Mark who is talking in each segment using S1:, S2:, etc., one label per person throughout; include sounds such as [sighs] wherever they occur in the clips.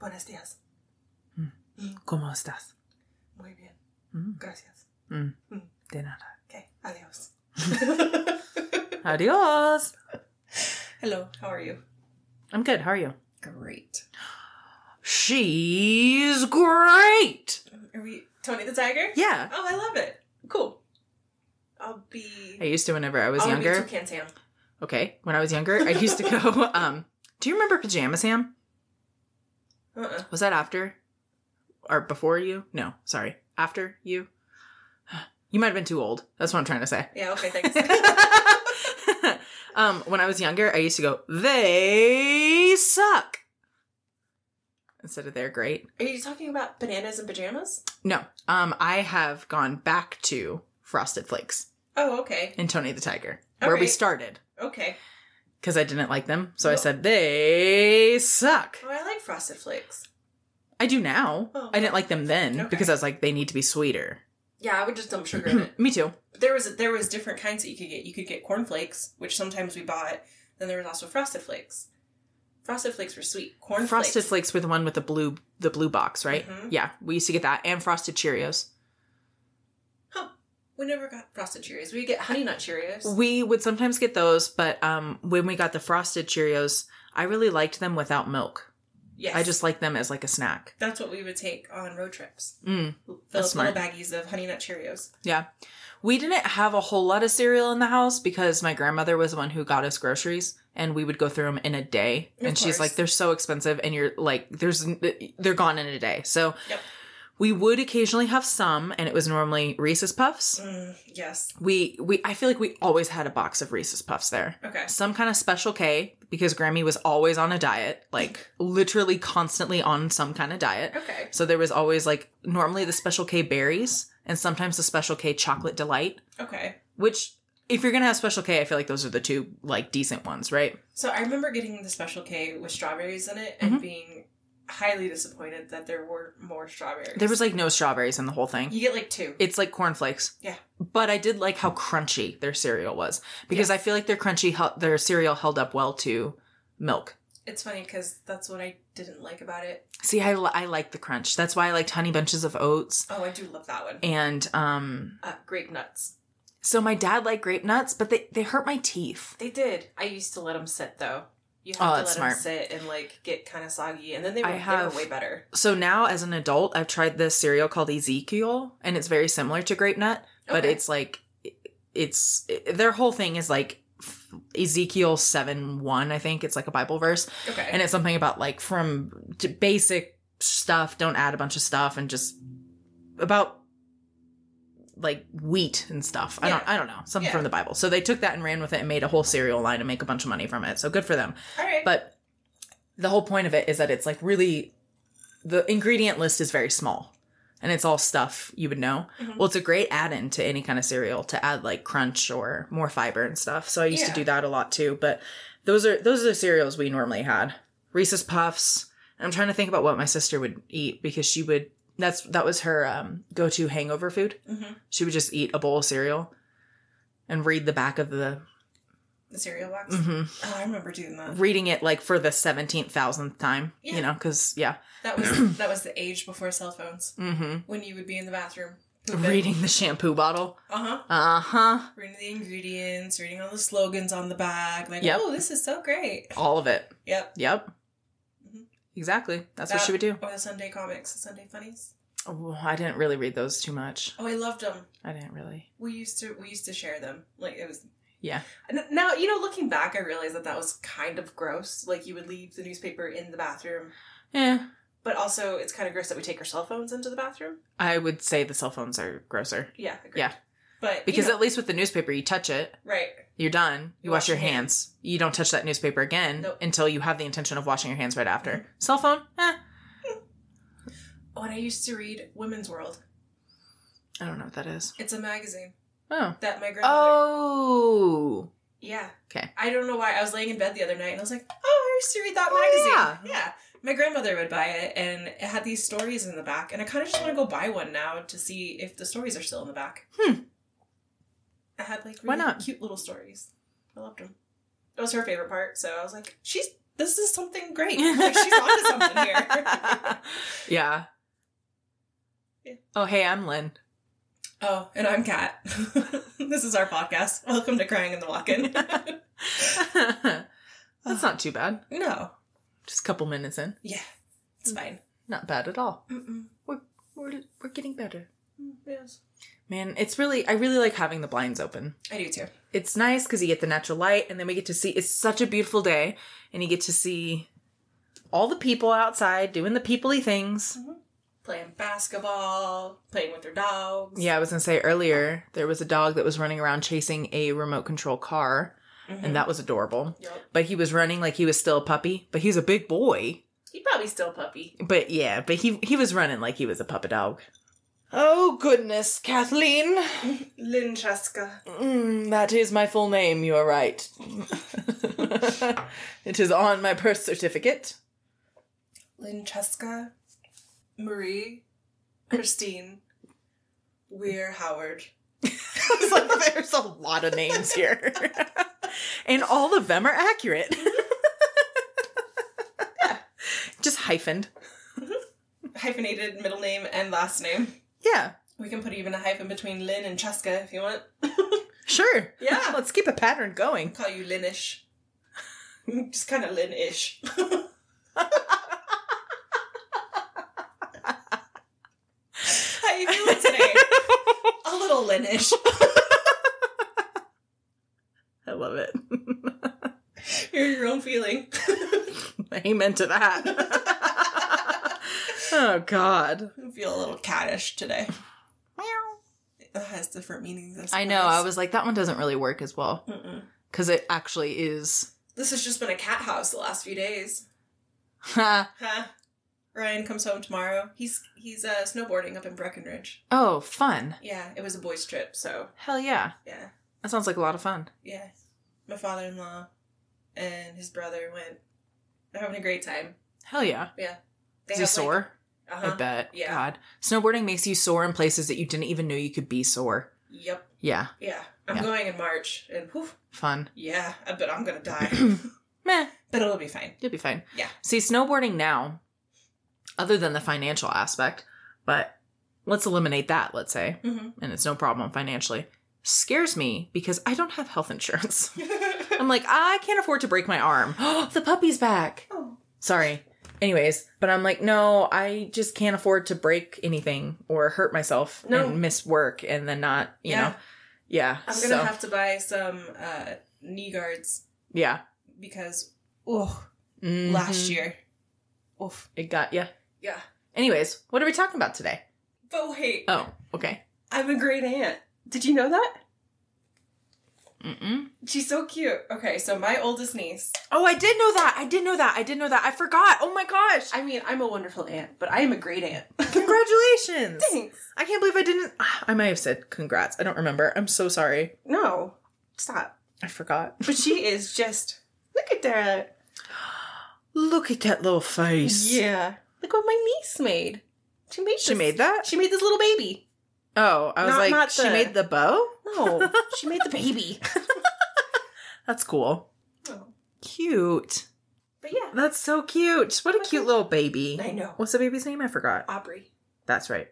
S1: buenos días.
S2: ¿Cómo estás?
S1: Muy bien,
S2: Mm,
S1: gracias.
S2: mm,
S1: Mm.
S2: de nada.
S1: Okay,
S2: [laughs]
S1: adios.
S2: Adiós.
S1: Hello, how are you?
S2: I'm good. How are you?
S1: Great.
S2: She's great.
S1: Are we Tony the Tiger?
S2: Yeah.
S1: Oh, I love it. Cool. I'll be.
S2: I used to whenever I was
S1: I'll
S2: younger.
S1: Be Toucan Sam.
S2: okay. When I was younger, I used to go. Um, do you remember Pajama Sam?
S1: Uh-uh.
S2: Was that after or before you? No, sorry. After you? [sighs] You might have been too old. That's what I'm trying to say. [laughs]
S1: Yeah. Okay. Thanks.
S2: um, when I was younger, I used to go, they suck. Instead of they're great.
S1: are you talking about bananas and pajamas?
S2: No. Um, I have gone back to Frosted Flakes
S1: Oh, okay.
S2: and Tony the Tiger,
S1: All
S2: where we
S1: right.
S2: started.
S1: Okay.
S2: Because I didn't like them. So I
S1: Well-
S2: said, they suck.
S1: Oh, I like frosted flakes.
S2: I do now.
S1: Oh.
S2: I didn't like them then
S1: Okay.
S2: because I was like, they need to be sweeter. [clears throat]
S1: Yeah, I would just dump sugar in it.
S2: Me too.
S1: There was there was different kinds that you could get. You could get corn flakes, which sometimes we bought. Then there was also frosted flakes. Frosted flakes were sweet. Corn
S2: Frosted
S1: flakes.
S2: Flakes were the one with the blue the blue box, right?
S1: Mhm.
S2: Yeah, we used to get that and Frosted Cheerios.
S1: Huh. We never got frosted Cheerios. We get honey nut Cheerios.
S2: We would sometimes get those, but um, when we got the Frosted Cheerios, I really liked them without milk.
S1: Yes.
S2: I just liked them as like a snack.
S1: that's what we would take on road trips.
S2: Mm.
S1: Fill
S2: That's
S1: little
S2: smart.
S1: baggies of honey nut Cheerios.
S2: Yeah, we didn't have a whole lot of cereal in the house because my grandmother was the one who got us groceries, and we would go through them in a day.
S1: Of
S2: and she's
S1: course.
S2: like, "They're so expensive, and you're like, there's they're gone in a day." So.
S1: Yep.
S2: We would occasionally have some, and it was normally Reese's Puffs.
S1: Mm, yes.
S2: we we I feel like we always had a box of Reese's Puffs there.
S1: Okay.
S2: Some kind of special K because Grammy was always on a diet, like literally constantly on some kind of diet.
S1: Okay.
S2: So there was always like normally the special K berries and sometimes the special K chocolate delight,
S1: Okay.
S2: which if you're going to have special K, I feel like those are the two like decent ones, right?
S1: So I remember getting the special K with strawberries in it and
S2: Mm-hmm.
S1: being highly disappointed that there were more strawberries.
S2: There was like no strawberries in the whole thing.
S1: you get like two.
S2: It's like cornflakes.
S1: Yeah.
S2: But I did like how crunchy their cereal was because
S1: Yes.
S2: I feel like their crunchy hel- their cereal held up well to milk.
S1: It's funny because that's what I didn't like about it.
S2: See, I, li- I like the crunch. That's why I liked honey bunches of oats.
S1: Oh, I do love that one.
S2: And um,
S1: Uh, grape nuts.
S2: so my dad liked grape nuts, but they, they hurt my teeth.
S1: They did. I used to let them sit though. You have
S2: Oh,
S1: to let
S2: that's
S1: them
S2: smart.
S1: sit and like get kind of soggy, and then they were,
S2: I have-
S1: they were way better.
S2: So now, as an adult, I've tried this cereal called Ezekiel, and it's very similar to grape nut, but
S1: Okay.
S2: it's like, it's their whole thing is like Ezekiel 7 1, I think. It's like a Bible verse.
S1: okay.
S2: and it's something about like from t- basic stuff don't add a bunch of stuff and just about like wheat and stuff i don't
S1: Yeah.
S2: i don't know something
S1: Yeah.
S2: from the bible so they took that and ran with it and made a whole cereal line and make a bunch of money from it so good for them
S1: All right.
S2: but the whole point of it is that it's like really the ingredient list is very small and it's all stuff you would know
S1: Mhm.
S2: well it's a great add-in to any kind of cereal to add like crunch or more fiber and stuff so i used
S1: Yeah.
S2: to do that a lot too but those are those are the cereals we normally had reese's puffs And i'm trying to think about what my sister would eat because she would that's that was her um, go-to hangover food
S1: Mhm.
S2: she would just eat a bowl of cereal and read the back of the
S1: The cereal box.
S2: Mhm
S1: Oh, I remember doing
S2: [clears throat]
S1: that.
S2: reading it like for the 17th thousandth time
S1: Yeah.
S2: you know because yeah
S1: That was that was the age before cell phones.
S2: mm-hmm.
S1: When you would be in the bathroom,
S2: reading the shampoo bottle
S1: Uh huh.
S2: uh-huh
S1: Reading the ingredients, reading all the slogans on the back. Like,
S2: Yep.
S1: oh, this is so great.
S2: all of it
S1: Yep.
S2: yep
S1: Mhm.
S2: exactly that's
S1: That-
S2: what she would do
S1: Or the Sunday comics, the Sunday funnies.
S2: oh, i didn't really read those too much
S1: Oh, I loved them.
S2: i didn't really
S1: We used to we used to share them. Like it was
S2: yeah
S1: N- Now, you know, looking back, I realized that that was kind of gross. Like, you would leave the newspaper in the bathroom,
S2: yeah
S1: but also it's kind of gross that we take our cell phones into the bathroom.
S2: i would say the cell phones are grosser
S1: Yeah, agreed.
S2: Yeah.
S1: But,
S2: because
S1: you know,
S2: at least with the newspaper you touch it
S1: right.
S2: you're done you,
S1: You
S2: wash,
S1: wash
S2: your
S1: your
S2: hands. you don't touch that newspaper again
S1: Nope. Mm-hmm.
S2: until you have the intention of washing your hands right after cell phone eh,
S1: When I used to read Women's World,
S2: i don't know what that is
S1: it's a magazine
S2: oh
S1: that my grandmother.
S2: oh
S1: Yeah.
S2: Okay.
S1: I don't know why. I was laying in bed the other night and I was like, oh, I used to read that magazine.
S2: yeah.
S1: yeah. My grandmother would buy it and it had these stories in the back, and I kind of just want to go buy one now to see if the stories are still in the back.
S2: Hmm.
S1: I had like really
S2: Why not?
S1: cute little stories. I loved them. It was her favorite part, so I was like, she's this is something great. [laughs] Like, she's
S2: [laughs]
S1: onto something here.
S2: yeah.
S1: Yeah.
S2: Oh, hey,
S1: [laughs]
S2: I'm Lynn.
S1: Oh, and I'm Kat. [laughs] this is our podcast. Welcome to Crying in the Walk-In. [laughs]
S2: That's not too bad.
S1: No.
S2: Just a couple minutes in.
S1: Yeah. It's fine.
S2: Not bad at all.
S1: Mm-mm. Mm,
S2: We're, we're getting better.
S1: Yes.
S2: Man, it's really, I really like having the blinds open.
S1: I do too.
S2: It's nice because you get the natural light and then we get to see, it's such a beautiful day and you get to see all the people outside doing the peoply things.
S1: Playing basketball, playing with their dogs.
S2: Yeah, I was going to say earlier, there was a dog that was running around chasing a remote control car
S1: Mhm.
S2: and that was adorable.
S1: Yup.
S2: But he was running like he was still a puppy, but he's a big boy.
S1: He probably still puppy.
S2: But yeah, but he he was running like he was a puppet dog. Oh goodness, Kathleen.
S1: [laughs] Linchaska.
S2: Mm, that is my full name, you are right. [laughs] it is on my birth certificate. [laughs]
S1: Linchaska. Marie. Christine. Weir Howard.
S2: It's like, there's a lot of names here. [laughs] and all of them are accurate. [laughs] Just hyphened.
S1: Hyphenated middle name and last name.
S2: Yeah,
S1: We can put even a hyphen between Lynn and Cheska if you want.
S2: sure.
S1: Yeah.
S2: Let's keep a pattern going.
S1: Call you Lynnish. [laughs] Just kind of
S2: [laughs]
S1: Lynn-ish. How you feeling today? a little Lynnish.
S2: I love it.
S1: You're your own feeling. [laughs]
S2: Amen to that. [laughs] oh God.
S1: I feel a little cattish today. It has different meanings.
S2: I know. I was like, that one doesn't really work as well
S1: suppose. Mm-mm.
S2: because it actually is. [laughs]
S1: This has just been a cat house the last few days.
S2: Ha.
S1: Huh. Ryan comes home tomorrow. He's he's uh, snowboarding up in Breckenridge.
S2: oh, fun.
S1: Yeah, it was a boys' trip, so
S2: Hell yeah.
S1: yeah.
S2: That sounds like a lot of fun.
S1: Yeah. My father in law and his brother went. They're having a great time.
S2: Hell yeah.
S1: They
S2: is he sore?
S1: Like, uh-huh.
S2: I bet.
S1: Yeah.
S2: God. Snowboarding makes you sore in places that you didn't even know you could be sore.
S1: Yep.
S2: Yeah.
S1: Yeah. I'm
S2: Yeah.
S1: going in March and whew,
S2: Fun.
S1: yeah, I bet I'm going to
S2: [clears throat]
S1: die.
S2: Meh.
S1: but it'll be
S2: [laughs]
S1: fine.
S2: You'll be fine.
S1: Yeah.
S2: See, snowboarding now, other than the financial aspect, but let's eliminate that, let's say.
S1: Mm-hmm.
S2: and it's no problem financially scares me because I don't have health insurance. [laughs]
S1: Oh,
S2: I'm like, I can't afford to break my arm. [gasps] the puppy's back.
S1: oh.
S2: Sorry. Anyways, but I'm like, no, I just can't afford to break anything or hurt myself
S1: No.
S2: and miss work and then not, you
S1: Yeah.
S2: know. Yeah.
S1: I'm going to
S2: so,
S1: have to buy some uh, knee guards
S2: yeah.
S1: because, oh, last
S2: Mhm.
S1: year. Oof.
S2: It got yeah.
S1: Yeah.
S2: Anyways, what are we talking about today?
S1: But wait,
S2: Oh, okay.
S1: I'm a great aunt. Did you know that?
S2: Mm-mm.
S1: She's so cute. Okay, so my oldest niece.
S2: Oh, I did know that. I did know that. I did know that. I forgot. Oh my gosh.
S1: I mean, I'm a wonderful aunt, but I am a great aunt. [laughs]
S2: Congratulations.
S1: Thanks.
S2: I can't believe I didn't. Ah, I might have said congrats. I don't remember. I'm so sorry.
S1: No, stop.
S2: I forgot.
S1: But she is just. Look at that.
S2: Look at that little face.
S1: Yeah. Look what my niece made. She made.
S2: She
S1: this-
S2: made that?
S1: She made this little baby.
S2: Oh, I was
S1: Not-
S2: like,
S1: not
S2: she
S1: the-
S2: made the bow?
S1: [laughs] No, she made the baby.
S2: That's cool.
S1: Oh,
S2: Cute.
S1: but yeah,
S2: That's so cute. What a cute little baby.
S1: I know
S2: What's the baby's name? I forgot.
S1: Aubrey.
S2: That's right.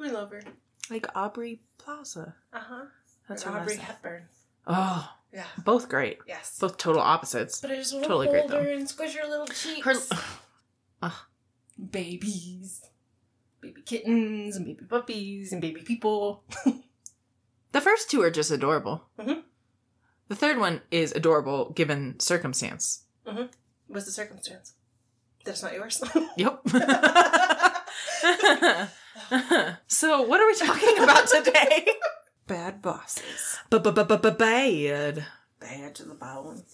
S1: We love her.
S2: Like Aubrey Plaza.
S1: Uh huh.
S2: That's her last
S1: Aubrey
S2: name.
S1: Hepburn.
S2: Oh,
S1: Yeah.
S2: both great.
S1: Yes.
S2: Both total opposites.
S1: But I just want to
S2: Totally great,
S1: hold her and squish her little cheeks.
S2: Her.
S1: babies, baby kittens, and baby puppies, and baby people.
S2: The first two are just adorable.
S1: Mhm.
S2: The third one is adorable given circumstance.
S1: What's the circumstance? That's not yours. [laughs]
S2: Yep. [laughs] so, what are we talking about today?
S1: Bad bosses.
S2: Bad.
S1: Bad to the bone.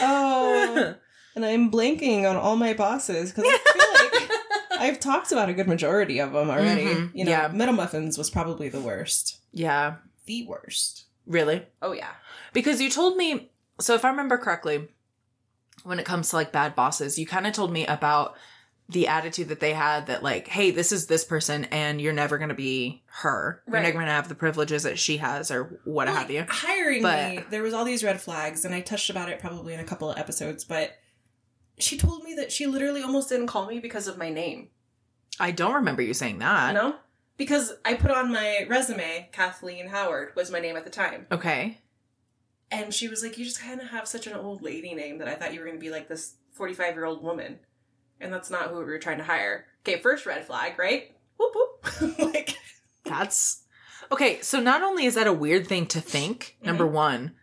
S2: oh.
S1: And I'm blanking on all my bosses because I [laughs] feel like I've talked about a good majority of them already.
S2: Mhm.
S1: You know,
S2: Yeah.
S1: Metal Muffins was probably the worst.
S2: [laughs] Yeah,
S1: The worst.
S2: really?
S1: Oh, yeah.
S2: Because you told me, so if I remember correctly, when it comes to like bad bosses, you kind of told me about the attitude that they had that like, hey, this is this person and you're never gonna be her. You're
S1: Right.
S2: never gonna have the privileges that she has or what
S1: Well,
S2: have you.
S1: like, Hiring
S2: But-
S1: me, there was all these red flags, and I touched about it probably in a couple of episodes, but she told me that she literally almost didn't call me because of my name.
S2: I don't remember you saying that.
S1: no? Because I put on my resume, Kathleen Howard was my name at the time.
S2: Okay.
S1: And she was like, You just kind of have such an old lady name that I thought you were going to be like this 45 year old woman. And that's not who we were trying to hire. Okay, first red flag, right? Whoop whoop. [laughs] like,
S2: That's okay. So not only is that a weird thing to think,
S1: Mhm.
S2: number one,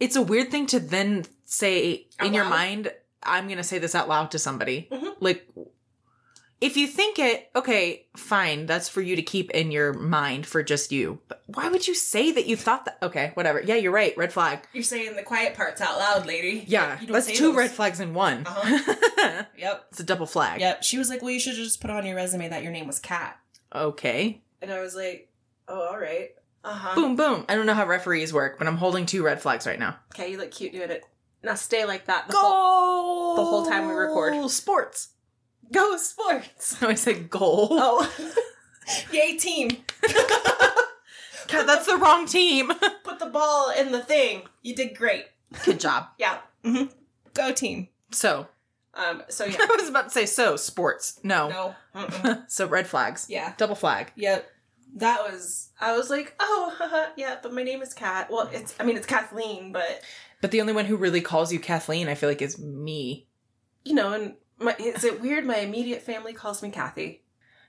S2: it's a weird thing to then say
S1: Out
S2: in your
S1: loud?
S2: mind, I'm going to say this out loud to somebody.
S1: Mhm.
S2: Like, if you think it, okay, fine, that's for you to keep in your mind for just you. But why would you say that you thought that? Okay, whatever. Yeah, you're right. Red flag.
S1: you're saying the quiet parts out loud, lady.
S2: Yeah,
S1: You don't
S2: that's
S1: say
S2: two
S1: those. Uh-huh.
S2: red flags in one.
S1: Yep.
S2: [laughs] it's a double flag.
S1: Yep. She was like, Well, you should just put on your resume that your name was Kat.
S2: Okay.
S1: And I was like, Oh, all right. Uh huh.
S2: Boom, boom. I don't know how referees work, but I'm holding two red flags right now.
S1: Okay, you look cute doing it. Now stay like that. The whole- [laughs]
S2: goal
S1: the whole time we record.
S2: sports
S1: Go sports. [laughs]
S2: i said goal
S1: Oh. [laughs] Yay, team.
S2: god that's the wrong team
S1: Put the ball in the thing. You did great.
S2: [laughs] good job
S1: Yeah. hmm Go team.
S2: so
S1: Um. So yeah.
S2: [laughs] i was about to say so sports no,
S1: no. [laughs] Mm-mm.
S2: so red flags
S1: Yeah.
S2: double flag
S1: Yep. That was. I was like, oh, haha, yeah, but my name is Kat. Well, it's. I mean, it's Kathleen, but
S2: but the only one who really calls you kathleen i feel like is me
S1: you know, and my, is it weird? My immediate family calls me Kathy.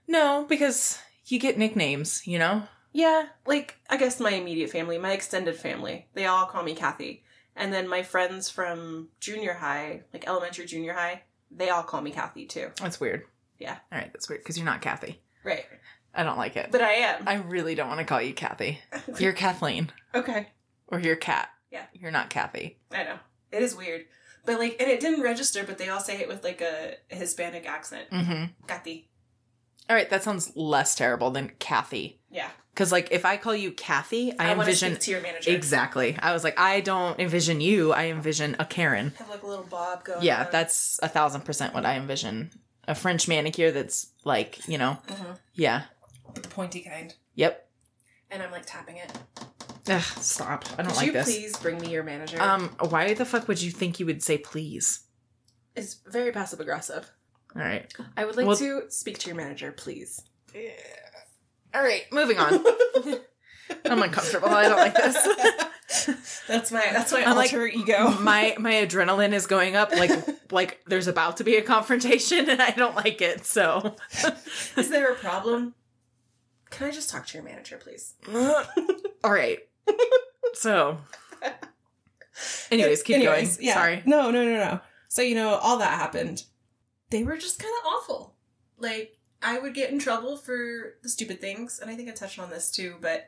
S2: no because you get nicknames you know
S1: Yeah, like I guess my immediate family, my extended family, they all call me Kathy, and then my friends from junior high, like elementary, junior high, they all call me Kathy too.
S2: that's weird
S1: Yeah.
S2: all right that's weird because you're not kathy
S1: Right.
S2: i don't like it
S1: But I am.
S2: i really don't want to call you kathy you're kathleen
S1: [laughs] okay.
S2: or you're cat
S1: Yeah.
S2: you're not kathy
S1: I know. It is weird. But like, and it didn't register, but they all say it with like a Hispanic accent.
S2: mm-hmm
S1: Kathy.
S2: all right that sounds less terrible than kathy
S1: Yeah.
S2: Because like if I call you Kathy, I,
S1: wanna
S2: envision
S1: speak to your manager.
S2: exactly. I was like, I don't envision you. I envision a Karen.
S1: Have like a little bob going.
S2: Yeah,
S1: on.
S2: that's a thousand percent what I envision. A French manicure that's like you know,
S1: Mhm.
S2: yeah,
S1: But the pointy kind.
S2: yep.
S1: And I'm like tapping it.
S2: Ugh, stop. I don't
S1: Could
S2: like
S1: you
S2: this.
S1: please bring me your manager?
S2: Um, why the fuck would you think you would say please?
S1: it's very passive aggressive.
S2: All right.
S1: I would like
S2: Well-
S1: to speak to your manager, please.
S2: All right,
S1: [laughs]
S2: moving on. I'm uncomfortable. Oh, I don't like this.
S1: [laughs] That's my that's my
S2: I'm like,
S1: alter ego.
S2: my my adrenaline is going up like like there's about to be a confrontation and I don't like it. So
S1: Is there a problem? Can I just talk to your manager,
S2: [laughs]
S1: please? [laughs]
S2: All right. So, anyways, keep
S1: Anyways,
S2: going.
S1: yeah.
S2: Sorry.
S1: No, no, no, no. So you know, all that happened. They were just kind of awful. Like I would get in trouble for the stupid things, and I think I touched on this too, but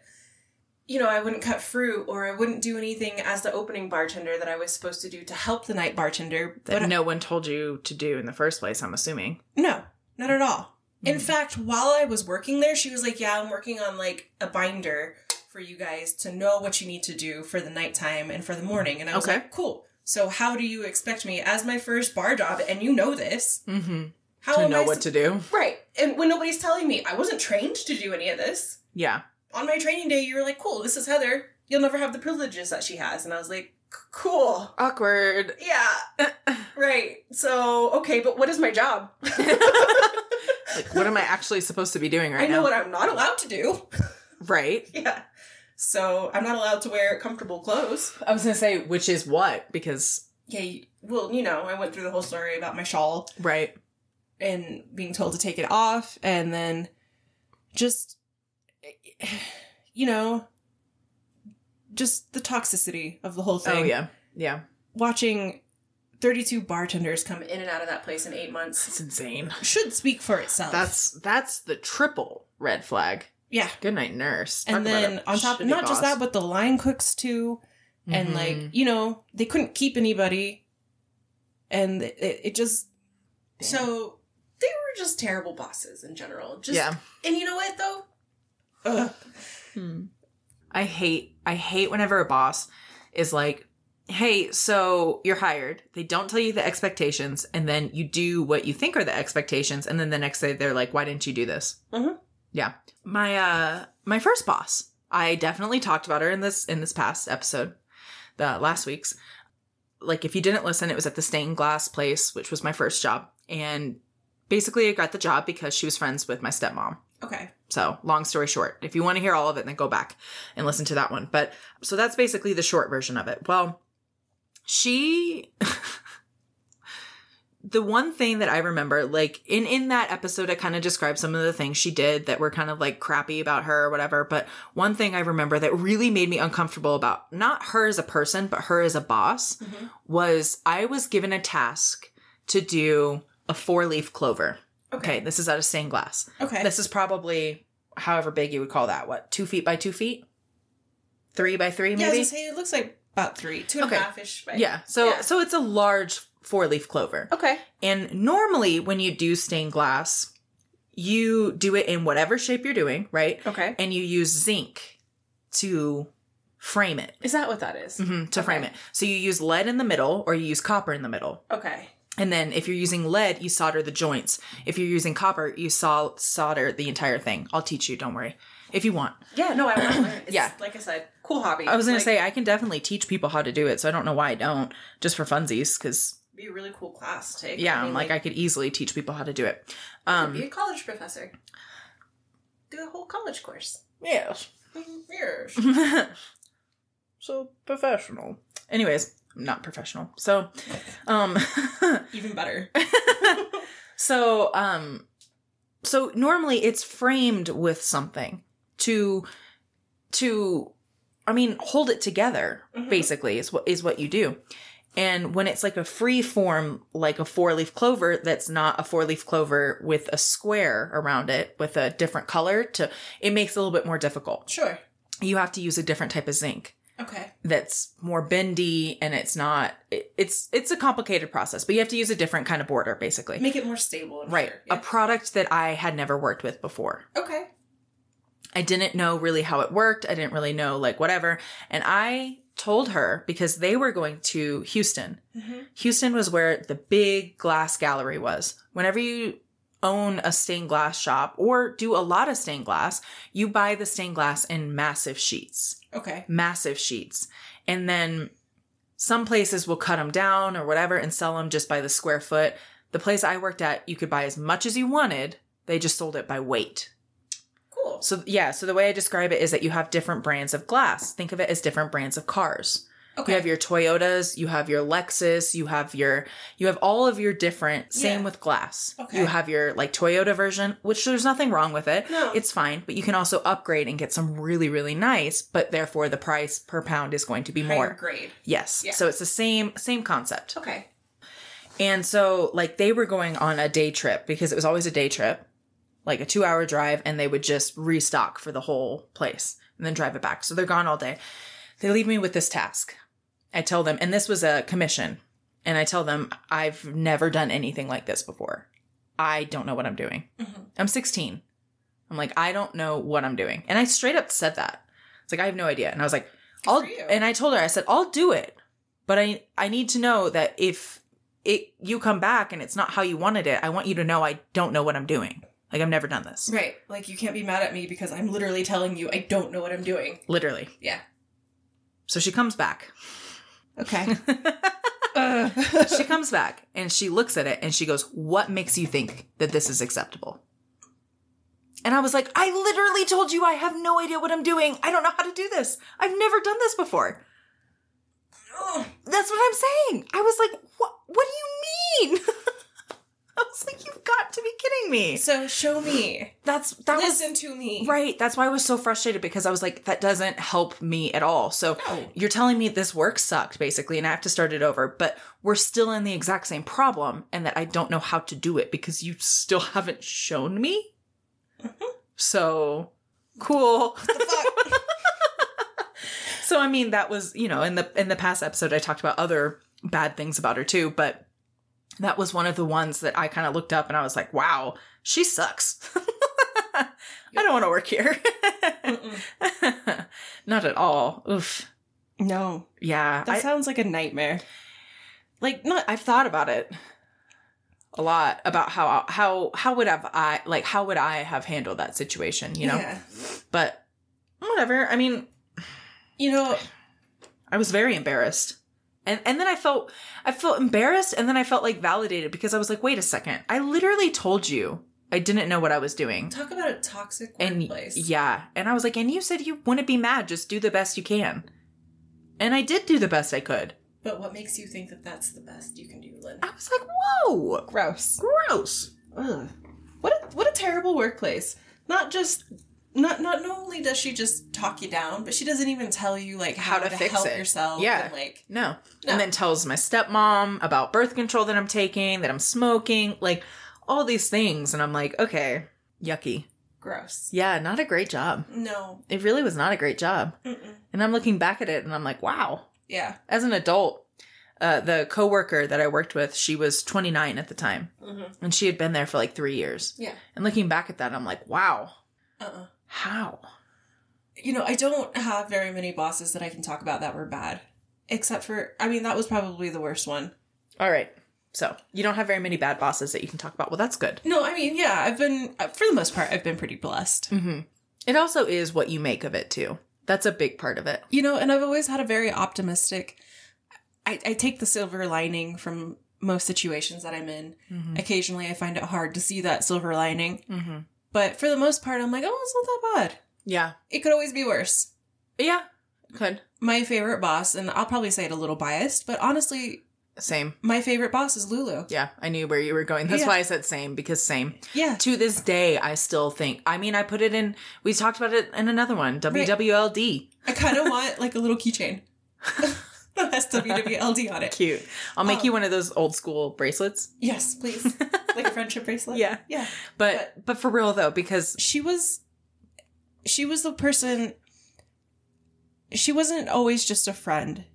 S1: you know, I wouldn't cut fruit or I wouldn't do anything as the opening bartender that I was supposed to do to help the night bartender.
S2: That
S1: But
S2: no one told you to do in the first place, I'm assuming.
S1: No, not at all. In
S2: Mm.
S1: fact, while I was working there, she was like, Yeah, I'm working on like a binder for you guys to know what you need to do for the nighttime and for the morning. And I was
S2: Okay.
S1: like, Cool. So, how do you expect me as my first bar job? And you know this.
S2: Mm-hmm.
S1: How
S2: To
S1: am
S2: know
S1: I
S2: what to do.
S1: Right. And when nobody's telling me, I wasn't trained to do any of this.
S2: Yeah.
S1: On my training day, you were like, Cool, this is Heather. You'll never have the privileges that she has. And I was like, "C- Cool.
S2: Awkward. [laughs]
S1: Yeah. right. So, okay, but what is my
S2: [laughs]
S1: job?
S2: Like, what am I actually supposed to be doing
S1: [laughs]
S2: right
S1: I know
S2: now?
S1: what I'm not allowed to do.
S2: right.
S1: Yeah. So I'm not allowed to wear comfortable clothes.
S2: I was gonna say which is what because
S1: Yeah. you- Well, you know, I went through the whole story about my shawl
S2: right.
S1: and being told to take it off, and then just, [sighs] you know, just the toxicity of the whole thing.
S2: Oh yeah. Yeah.
S1: Watching 32 bartenders come in and out of that place in eight months
S2: It's insane.
S1: should speak for itself.
S2: That's that's the triple red flag.
S1: yeah.
S2: Good night, nurse. Talk
S1: and
S2: about
S1: then
S2: a
S1: on top
S2: shitty
S1: not just
S2: boss.
S1: that but the line cooks too and like
S2: Mhm.
S1: you know they couldn't keep anybody and it, it- it just so they were just terrible bosses in general just
S2: yeah.
S1: and you know what though Ugh.
S2: I hate I hate whenever a boss is like, hey, so you're hired. They don't tell you the expectations, and then you do what you think are the expectations, and then the next day they're like, why didn't you do this?
S1: Mhm.
S2: Yeah, my uh, my first boss. I definitely talked about her in this in this past episode, the last week's. Like, if you didn't listen, it was at the stained glass place, which was my first job, and basically, I got the job because she was friends with my stepmom.
S1: Okay.
S2: So, long story short, if you want to hear all of it, then go back and listen to that one. But so that's basically the short version of it. Well, she [laughs] the one thing that I remember, like in in that episode I kind of described some of the things she did that were kind of like crappy about her or whatever, but one thing I remember that really made me uncomfortable about not her as a person, but her as a boss
S1: Mhm.
S2: was I was given a task to do a four-leaf clover. Okay,
S1: Okay.
S2: this is out of stained glass.
S1: Okay.
S2: This is probably however big you would call that. What, two feet by two feet? Three by three,
S1: yeah, I was
S2: maybe?
S1: gonna say it looks like about three, two and a
S2: Okay.
S1: half ish. Right?
S2: Yeah, So
S1: Yeah.
S2: so it's a large four leaf clover.
S1: Okay.
S2: And normally when you do stained glass, you do it in whatever shape you're doing, right?
S1: Okay.
S2: And you use zinc to frame it.
S1: Is that what that is?
S2: Mhm, to frame
S1: Okay.
S2: it. So you use lead in the middle or you use copper in the middle.
S1: Okay.
S2: And then if you're using lead, you solder the joints. If you're using copper, you sol- solder the entire thing. I'll teach you, don't worry. If you want.
S1: Yeah. No, I want to learn. It's,
S2: Yeah.
S1: Like I said, cool hobby.
S2: I was gonna
S1: Like,
S2: say I can definitely teach people how to do it, so I don't know why I don't just for funsies. Because
S1: be a really cool class to take.
S2: yeah,
S1: I
S2: I
S1: mean,
S2: am like I could easily teach people how to do it.
S1: be a
S2: Um,
S1: college professor. Do a whole college course.
S2: yes, [laughs]
S1: Years.
S2: so professional. Anyways, not professional. So, um, [laughs]
S1: Even better.
S2: so um, so normally it's framed with something to to I mean hold it together
S1: Mhm.
S2: basically is what is what you do. And when it's like a free form, like a four leaf clover, that's not a four leaf clover with a square around it with a different color to it makes it a little bit more difficult.
S1: Sure.
S2: You have to use a different type of zinc
S1: Okay.
S2: that's more bendy and it's not it, it's it's a complicated process, but you have to use a different kind of border basically.
S1: Make it more stable. And
S2: right.
S1: Sure.
S2: A product that I had never worked with before.
S1: okay.
S2: I didn't know really how it worked. I didn't really know like whatever. And I told her because they were going to Houston.
S1: Mm-hmm.
S2: Houston was where the big glass gallery was. Whenever you own a stained glass shop or do a lot of stained glass, you buy the stained glass in massive sheets,
S1: Okay.
S2: massive sheets. And then some places will cut them down or whatever and sell them just by the square foot. The place I worked at, you could buy as much as you wanted. They just sold it by weight.
S1: Cool.
S2: So yeah, so the way I describe it is that you have different brands of glass. Think of it as different brands of cars.
S1: Okay.
S2: You have your Toyotas, you have your Lexus, you have your you have all of your different same
S1: Yeah.
S2: with glass.
S1: Okay.
S2: You have your like Toyota version, which there's nothing wrong with it.
S1: No.
S2: It's fine, but you can also upgrade and get some really really nice, but therefore the price per pound is going to be
S1: higher
S2: more.
S1: grade.
S2: Yes.
S1: Yeah.
S2: So it's the same same concept.
S1: Okay.
S2: And so, like, they were going on a day trip because it was always a day trip, like a two hour drive, and they would just restock for the whole place and then drive it back. So they're gone all day. They leave me with this task. I tell them, and this was a commission, and I tell them, I've never done anything like this before. I don't know what I'm doing.
S1: Mhm.
S2: I'm 16. I'm like, I don't know what I'm doing. And I straight up said that. It's like, I have no idea. And I was like,
S1: Good
S2: I'll,
S1: for you.
S2: and I told her, I said, I'll do it. But I, I need to know that if it, you come back and it's not how you wanted it, I want you to know I don't know what I'm doing. Like, I've never done this.
S1: Right. Like you can't be mad at me because I'm literally telling you I don't know what I'm doing.
S2: Literally.
S1: Yeah.
S2: So she comes back.
S1: [laughs] Okay.
S2: Uh. she comes back and she looks at it and she goes, What makes you think that this is acceptable? And I was like, I literally told you I have no idea what I'm doing. I don't know how to do this. I've never done this before. That's what I'm saying. I was like, What, what do you mean? [laughs] I was like, You've got to be kidding
S1: [laughs]
S2: me.
S1: so show me.
S2: That's, that was.
S1: Listen to me.
S2: Right. That's why I was so frustrated because I was like, that doesn't help me at all. So
S1: No.
S2: you're telling me this work sucked, basically, and I have to start it over, but we're still in the exact same problem and that I don't know how to do it because you still haven't shown me. So cool. [laughs]
S1: The fuck?
S2: so I mean that was, you know, in the in the past episode I talked about other bad things about her too, but that was one of the ones that I kind of looked up and I was like, wow, she sucks. [laughs] I [laughs] don't want to work here.
S1: Mm-mm.
S2: Not at all. Oof.
S1: No,
S2: Yeah.
S1: that
S2: I-
S1: sounds like a nightmare.
S2: like not I've thought about it a lot about how how how would have I like how would I have handled that situation, you know?
S1: Yeah.
S2: But whatever. I mean,
S1: You know,
S2: I was very embarrassed. And and then I felt I felt embarrassed and then I felt like validated because I was like, "Wait a second. I literally told you I didn't know what I was doing."
S1: talk about a toxic
S2: And
S1: workplace.
S2: yeah, and I was like, "And you said you wouldn't be mad, just do the best you can." And I did do the best I could.
S1: But what makes you think that that's the best you can do, Lynn?
S2: I was like, "Whoa,
S1: Gross.
S2: gross."
S1: Ugh. What a, what a terrible workplace. Not just not not not only does she just talk you down, but she doesn't even tell you like how, to,
S2: fix
S1: help
S2: it.
S1: yourself.
S2: Yeah.
S1: and, like
S2: No.
S1: No.
S2: And then tells my stepmom about birth control that I'm taking, that I'm smoking, like all these things. And I'm like, okay, yucky.
S1: gross.
S2: Yeah, not a great job.
S1: No.
S2: It really was not a great job.
S1: Mm-mm.
S2: And I'm looking back at it and I'm like, wow.
S1: Yeah.
S2: As an adult, uh, the coworker that I worked with, she was 29 at the time,
S1: Mm-hmm.
S2: and she had been there for like three years.
S1: Yeah.
S2: And looking back at that, I'm like, wow,
S1: Uh-uh.
S2: how?
S1: You know, I don't have very many bosses that I can talk about that were bad, except for I mean that was probably the worst one.
S2: All right. So you don't have very many bad bosses that you can talk about. Well, that's good.
S1: No, I mean yeah, I've been uh, for the most part I've been pretty blessed.
S2: Mm-hmm. It also is what you make of it too. That's a big part of it.
S1: You know, and I've always had a very optimistic. I, I take the silver lining from most situations that I'm in.
S2: Mm-hmm.
S1: Occasionally, I find it hard to see that silver lining,
S2: Mm-hmm.
S1: but for the most part, I'm like, oh, it's not that bad.
S2: Yeah,
S1: It could always be worse.
S2: yeah, could
S1: My favorite boss, and I'll probably say it a little biased, but honestly,
S2: same.
S1: my favorite boss is Lulu.
S2: Yeah, I knew where you were going. That's
S1: Yeah.
S2: why I said same because same.
S1: Yeah,
S2: To this day, I still think. I mean, I put it in. We talked about it in another one. WWLD.
S1: I kind of want like a little keychain [laughs] that has WWLD on it.
S2: Cute. I'll make
S1: Oh.
S2: you one of those old school bracelets.
S1: Yes,
S2: [laughs]
S1: please, like a friendship bracelet.
S2: Yeah.
S1: yeah.
S2: But but, for real though, because
S1: she was she was the person she wasn't always just a friend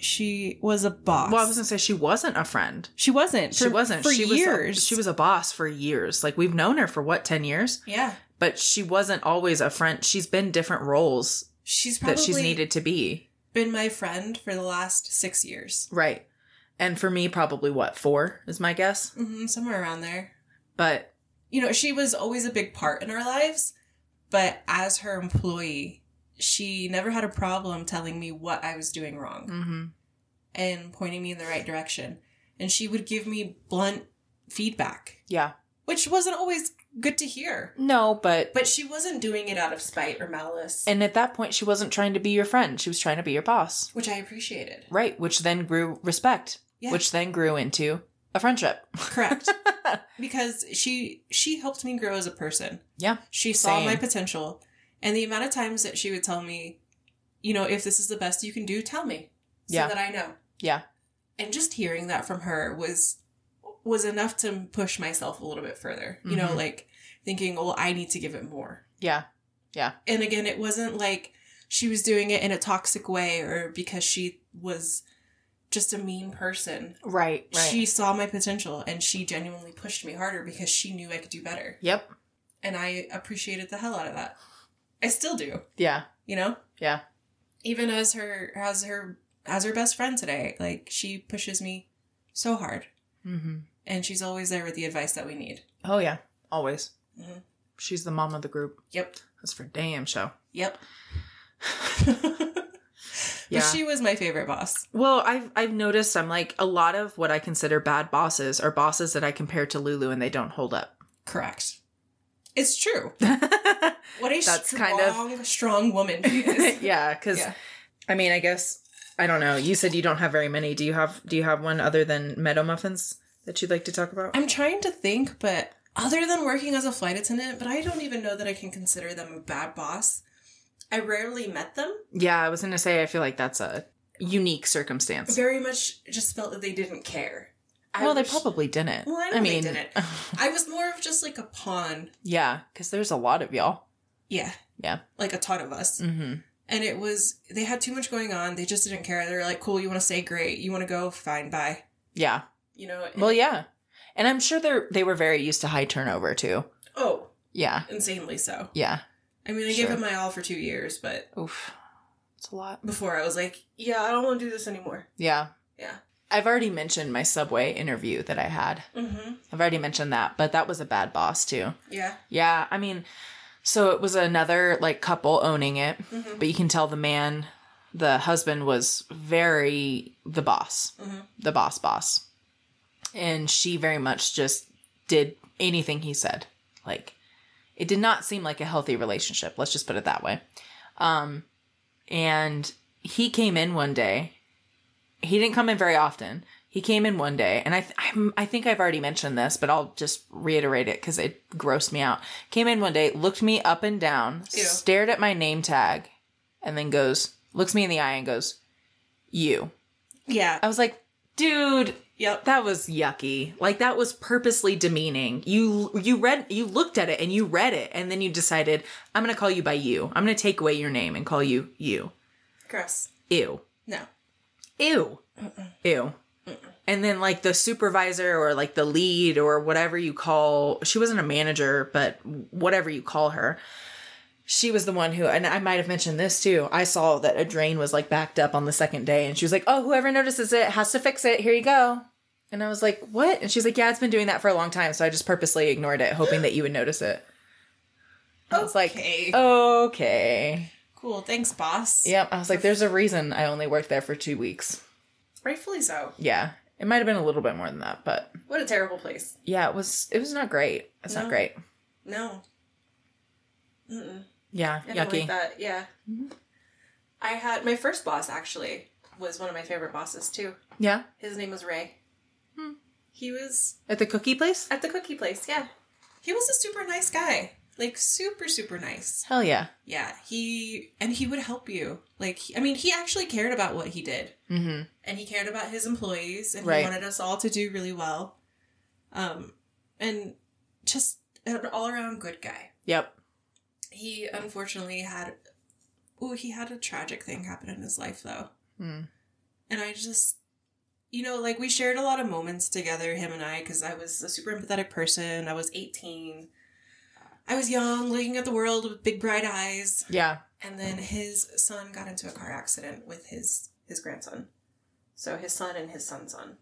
S1: she was a boss
S2: well, I was gonna say she wasn't a friend.
S1: she wasn't
S2: She
S1: for-
S2: wasn't
S1: for
S2: she
S1: years
S2: Was a, she was a boss for years. Like we've known her for what ten years,
S1: yeah
S2: but she wasn't always a friend. She's been different roles
S1: she's probably
S2: that she's needed to be.
S1: been my friend for the last six years
S2: Right. And for me, probably what, four is my guess.
S1: hmm somewhere around there
S2: But
S1: you know she was always a big part in our lives but as her employee she never had a problem telling me what i was doing wrong
S2: mm-hmm.
S1: and pointing me in the right direction and she would give me blunt feedback
S2: yeah.
S1: which wasn't always good to hear.
S2: No, but
S1: But she wasn't doing it out of spite or malice,
S2: and at that point she wasn't trying to be your friend. She was trying to be your boss.
S1: which I appreciated.
S2: Right, which then grew respect,
S1: Yeah,
S2: which then grew into a friendship. [laughs]
S1: correct. because she she helped me grow as a person.
S2: Yeah.
S1: She saw
S2: Same.
S1: my potential, and the amount of times that she would tell me, you know, if this is the best you can do, tell me, so
S2: Yeah.
S1: that I know.
S2: Yeah.
S1: And just hearing that from her was was enough to push myself a little bit further. You know,
S2: Mhm.
S1: like thinking, "Well, I need to give it more."
S2: Yeah.
S1: and again it wasn't like she was doing it in a toxic way or because she was just a mean person
S2: Right.
S1: she saw my potential and she genuinely pushed me harder because she knew i could do better
S2: yep.
S1: and i appreciated the hell out of that i still do
S2: Yeah.
S1: you know
S2: Yeah.
S1: even as her as her as her best friend today like she pushes me so hard
S2: Mm-hmm.
S1: and she's always there with the advice that we need
S2: Oh yeah. Always.
S1: Mhm.
S2: She's the mom of the group.
S1: yep
S2: That's for damn show.
S1: yep [laughs]
S2: Yeah.
S1: but she was my favorite boss
S2: Well, I've I've noticed I'm like a lot of what I consider bad bosses are bosses that I compare to Lulu and they don't hold up. [laughs]
S1: correct it's true What a
S2: That's
S1: strong,
S2: kind of-
S1: strong woman she
S2: [laughs]
S1: is.
S2: yeah, because
S1: Yeah.
S2: I mean, I guess I don't know. You said you don't have very many. Do you have Do you have one other than meadow muffins that you'd like to talk about?
S1: I'm trying to think, but other than working as a flight attendant, but I don't even know that I can consider them a bad boss. I rarely met them.
S2: yeah, I was gonna say I feel like that's a unique circumstance.
S1: Very much just felt that they didn't care. I
S2: well, they
S1: was-
S2: probably didn't.
S1: Well, I know they
S2: mean,
S1: didn't. I was more of just like a pawn.
S2: [laughs] yeah, because there's a lot of y'all.
S1: Yeah.
S2: Yeah.
S1: Like a ton of us.
S2: Mm-hmm.
S1: And it was, they had too much going on. They just didn't care. They were like, cool, you want to stay? Great. You want to go? Fine. Bye.
S2: Yeah.
S1: You know? and-
S2: Well, yeah, and I'm sure they they were very used to high turnover too.
S1: oh,
S2: Yeah.
S1: insanely so.
S2: Yeah.
S1: I mean, I
S2: Sure.
S1: gave it my all for two years, but
S2: Oof. It's a lot.
S1: Before I was like, yeah, I don't want to do this anymore.
S2: Yeah.
S1: Yeah.
S2: I've already mentioned my subway interview that I had.
S1: Mm-hmm.
S2: I've already mentioned that, but that was a bad boss too.
S1: Yeah.
S2: Yeah, I mean, so it was another like couple owning it,
S1: Mm-hmm.
S2: but you can tell the man, the husband was very the boss,
S1: Mhm.
S2: the boss boss. And she very much just did anything he said. Like it did not seem like a healthy relationship, let's just put it that way. Um and he came in one day. He didn't come in very often. He came in one day, and I th- I'm, I think I've already mentioned this, but I'll just reiterate it because it grossed me out. Came in one day, looked me up and down,
S1: Ew.
S2: stared at my name tag, and then goes looks me in the eye and goes, "You."
S1: Yeah.
S2: I was like, "Dude,
S1: Yep.
S2: that was yucky. Like that was purposely demeaning. You you read you looked at it and you read it, and then you decided I'm gonna call you by you. I'm gonna take away your name and call you you.
S1: Gross.
S2: Ew."
S1: No.
S2: ew ew and then like the supervisor or like the lead or whatever you call she wasn't a manager but whatever you call her she was the one who and i might have mentioned this too i saw that a drain was like backed up on the second day and she was like oh whoever notices it has to fix it here you go and i was like what and she's like yeah it's been doing that for a long time so i just purposely ignored it hoping that you would notice it i
S1: Okay.
S2: was like oh. okay
S1: Cool. Thanks, boss.
S2: yep i was like there's a reason i only worked there for two weeks
S1: Rightfully so.
S2: yeah it might have been a little bit more than that but
S1: What a terrible place.
S2: yeah it was it was not great it's not
S1: No.
S2: great
S1: No. Mm-mm.
S2: yeah
S1: I don't like
S2: yucky
S1: that. Yeah. I had my first boss actually was one of my favorite bosses too.
S2: yeah
S1: His name was Ray.
S2: Hmm.
S1: He was
S2: at the cookie place
S1: at the cookie place. Yeah. He was a super nice guy. Like super super nice.
S2: hell yeah
S1: Yeah. He and he would help you. Like he- I mean, he actually cared about what he did.
S2: mm-hmm
S1: and he cared about his employees and
S2: Right.
S1: he wanted us all to do really well um and just an all-around good guy
S2: yep
S1: he unfortunately had oh he had a tragic thing happen in his life though
S2: mm.
S1: and i just you know like we shared a lot of moments together him and i because i was a super empathetic person i was 18 i was young looking at the world with big bright eyes
S2: yeah
S1: and then his son got into a car accident with his his grandson so his son and his son's son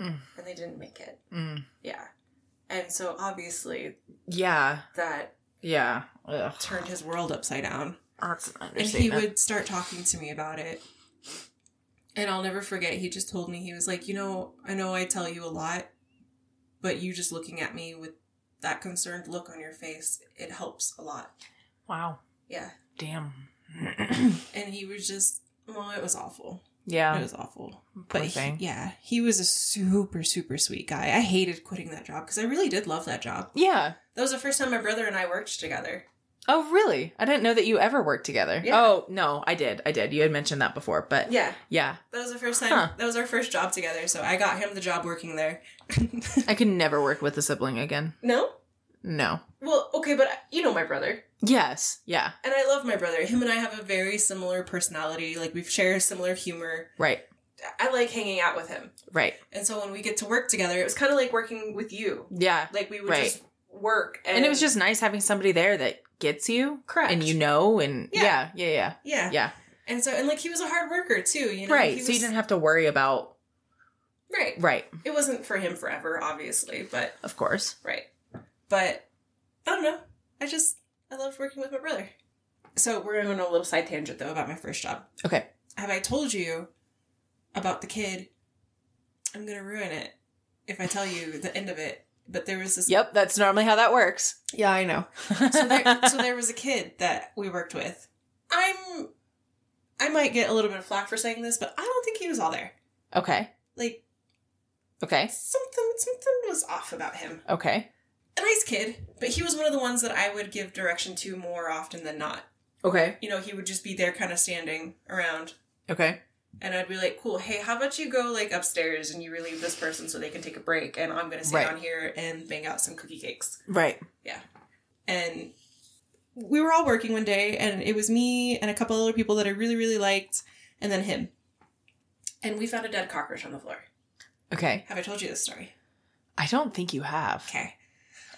S2: Mm.
S1: and they didn't make it
S2: mm.
S1: yeah and so obviously
S2: yeah
S1: that
S2: yeah Ugh.
S1: turned his world upside down
S2: that's an
S1: and he
S2: understatement
S1: would start talking to me about it and i'll never forget he just told me he was like you know i know i tell you a lot but you just looking at me with that concerned look on your face it helps a lot
S2: wow
S1: yeah
S2: damn [clears throat]
S1: and he was just well it was awful it
S2: yeah
S1: was awful
S2: poor
S1: But he-
S2: thing
S1: yeah, he was a super, super sweet guy. I hated quitting that job because I really did love that job.
S2: yeah
S1: That was the first time my brother and I worked together.
S2: oh really i didn't know that you ever worked together
S1: Yeah.
S2: oh no i did i did you had mentioned that before but yeah,
S1: Yeah, that was the first time.
S2: Huh.
S1: That was our first job together. So I got him the job working there. [laughs]
S2: i could never work with a sibling again
S1: no,
S2: no
S1: well, okay, but I- you know my brother,
S2: yes yeah
S1: and I love my brother. Him and I have a very similar personality. Like we share similar humor.
S2: right
S1: I like hanging out with him,
S2: right
S1: and so when we get to work together, it was kind of like working with you.
S2: yeah
S1: Like we would
S2: Right.
S1: just work, and,
S2: and, it was just nice having somebody there that gets you
S1: Correct.
S2: and you know and yeah
S1: Yeah.
S2: yeah yeah
S1: yeah,
S2: yeah,
S1: And so, and like he was a hard worker too. You know,
S2: right
S1: He
S2: so you
S1: was-
S2: didn't have to worry about
S1: right.
S2: right
S1: it wasn't for him forever, obviously, but
S2: of course
S1: right. But I don't know. I just I loved working with my brother. So we're going on a little side tangent though about my first job.
S2: okay
S1: Have I told you about the kid? I'm gonna ruin it if I tell you the end of it. But there was this.
S2: yep that's normally how that works
S1: Yeah, I
S2: [laughs]
S1: know. [laughs] So there, so there was a kid that we worked with. I'm. I might get a little bit of flack for saying this, but I don't think he was all there.
S2: okay
S1: Like
S2: okay
S1: something, something was off about him.
S2: okay
S1: a nice kid, but he was one of the ones that I would give direction to more often than not.
S2: okay
S1: You know, he would just be there kind of standing around.
S2: okay
S1: And I'd be like, cool, hey, how about you go like upstairs and you relieve this person so they can take a break and I'm gonna sit
S2: Right.
S1: down here and bang out some cookie cakes.
S2: right
S1: And we were all working one day and it was me and a couple other people that I really, really liked, and then him. And we found a dead cockroach on the floor.
S2: okay
S1: Have I told you this story?
S2: i don't think you have
S1: Okay.